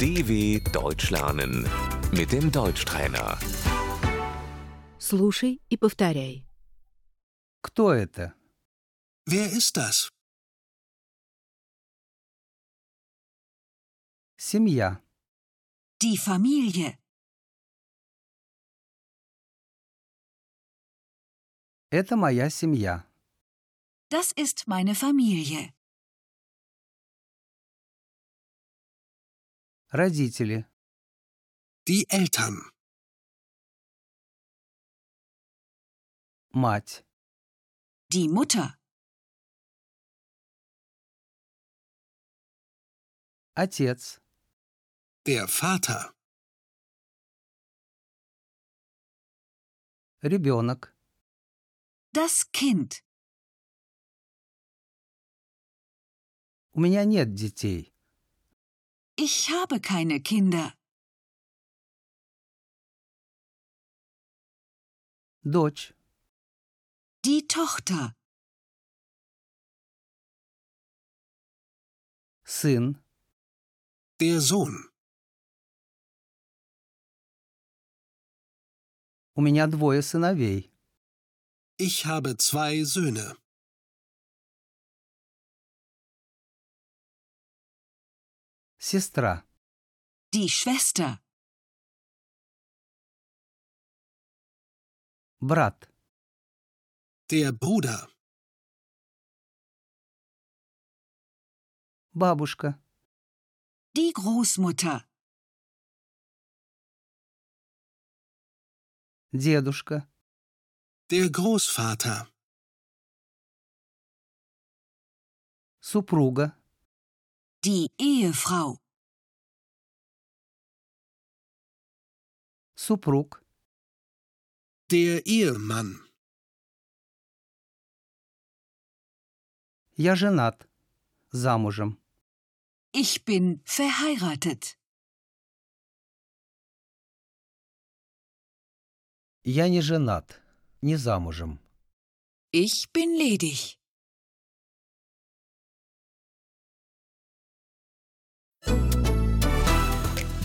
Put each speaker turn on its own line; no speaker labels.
DW Deutsch lernen mit dem Deutschtrainer.
Слушай и повторяй.
Кто это?
Wer ist das?
Семья.
Die Familie.
Это моя семья.
Das ist meine Familie.
Родители.
Die Eltern.
Мать.
Die Mutter.
Отец.
Der Vater.
Ребенок.
Das Kind.
У меня нет детей.
Ich habe keine Kinder.
Дочь.
Die Tochter.
Сын.
Der Sohn.
У меня двое сыновей.
Ich habe zwei Söhne.
Сестра.
Die Schwester.
Брат.
Der Bruder.
Бабушка.
Die Großmutter.
Дедушка.
Der Großvater.
Супруга.
Die Ehefrau.
Супруг.
Der Ehemann.
Я женат. Замужем.
Ich bin verheiratet.
Я не женат. Не замужем.
Ich bin ledig.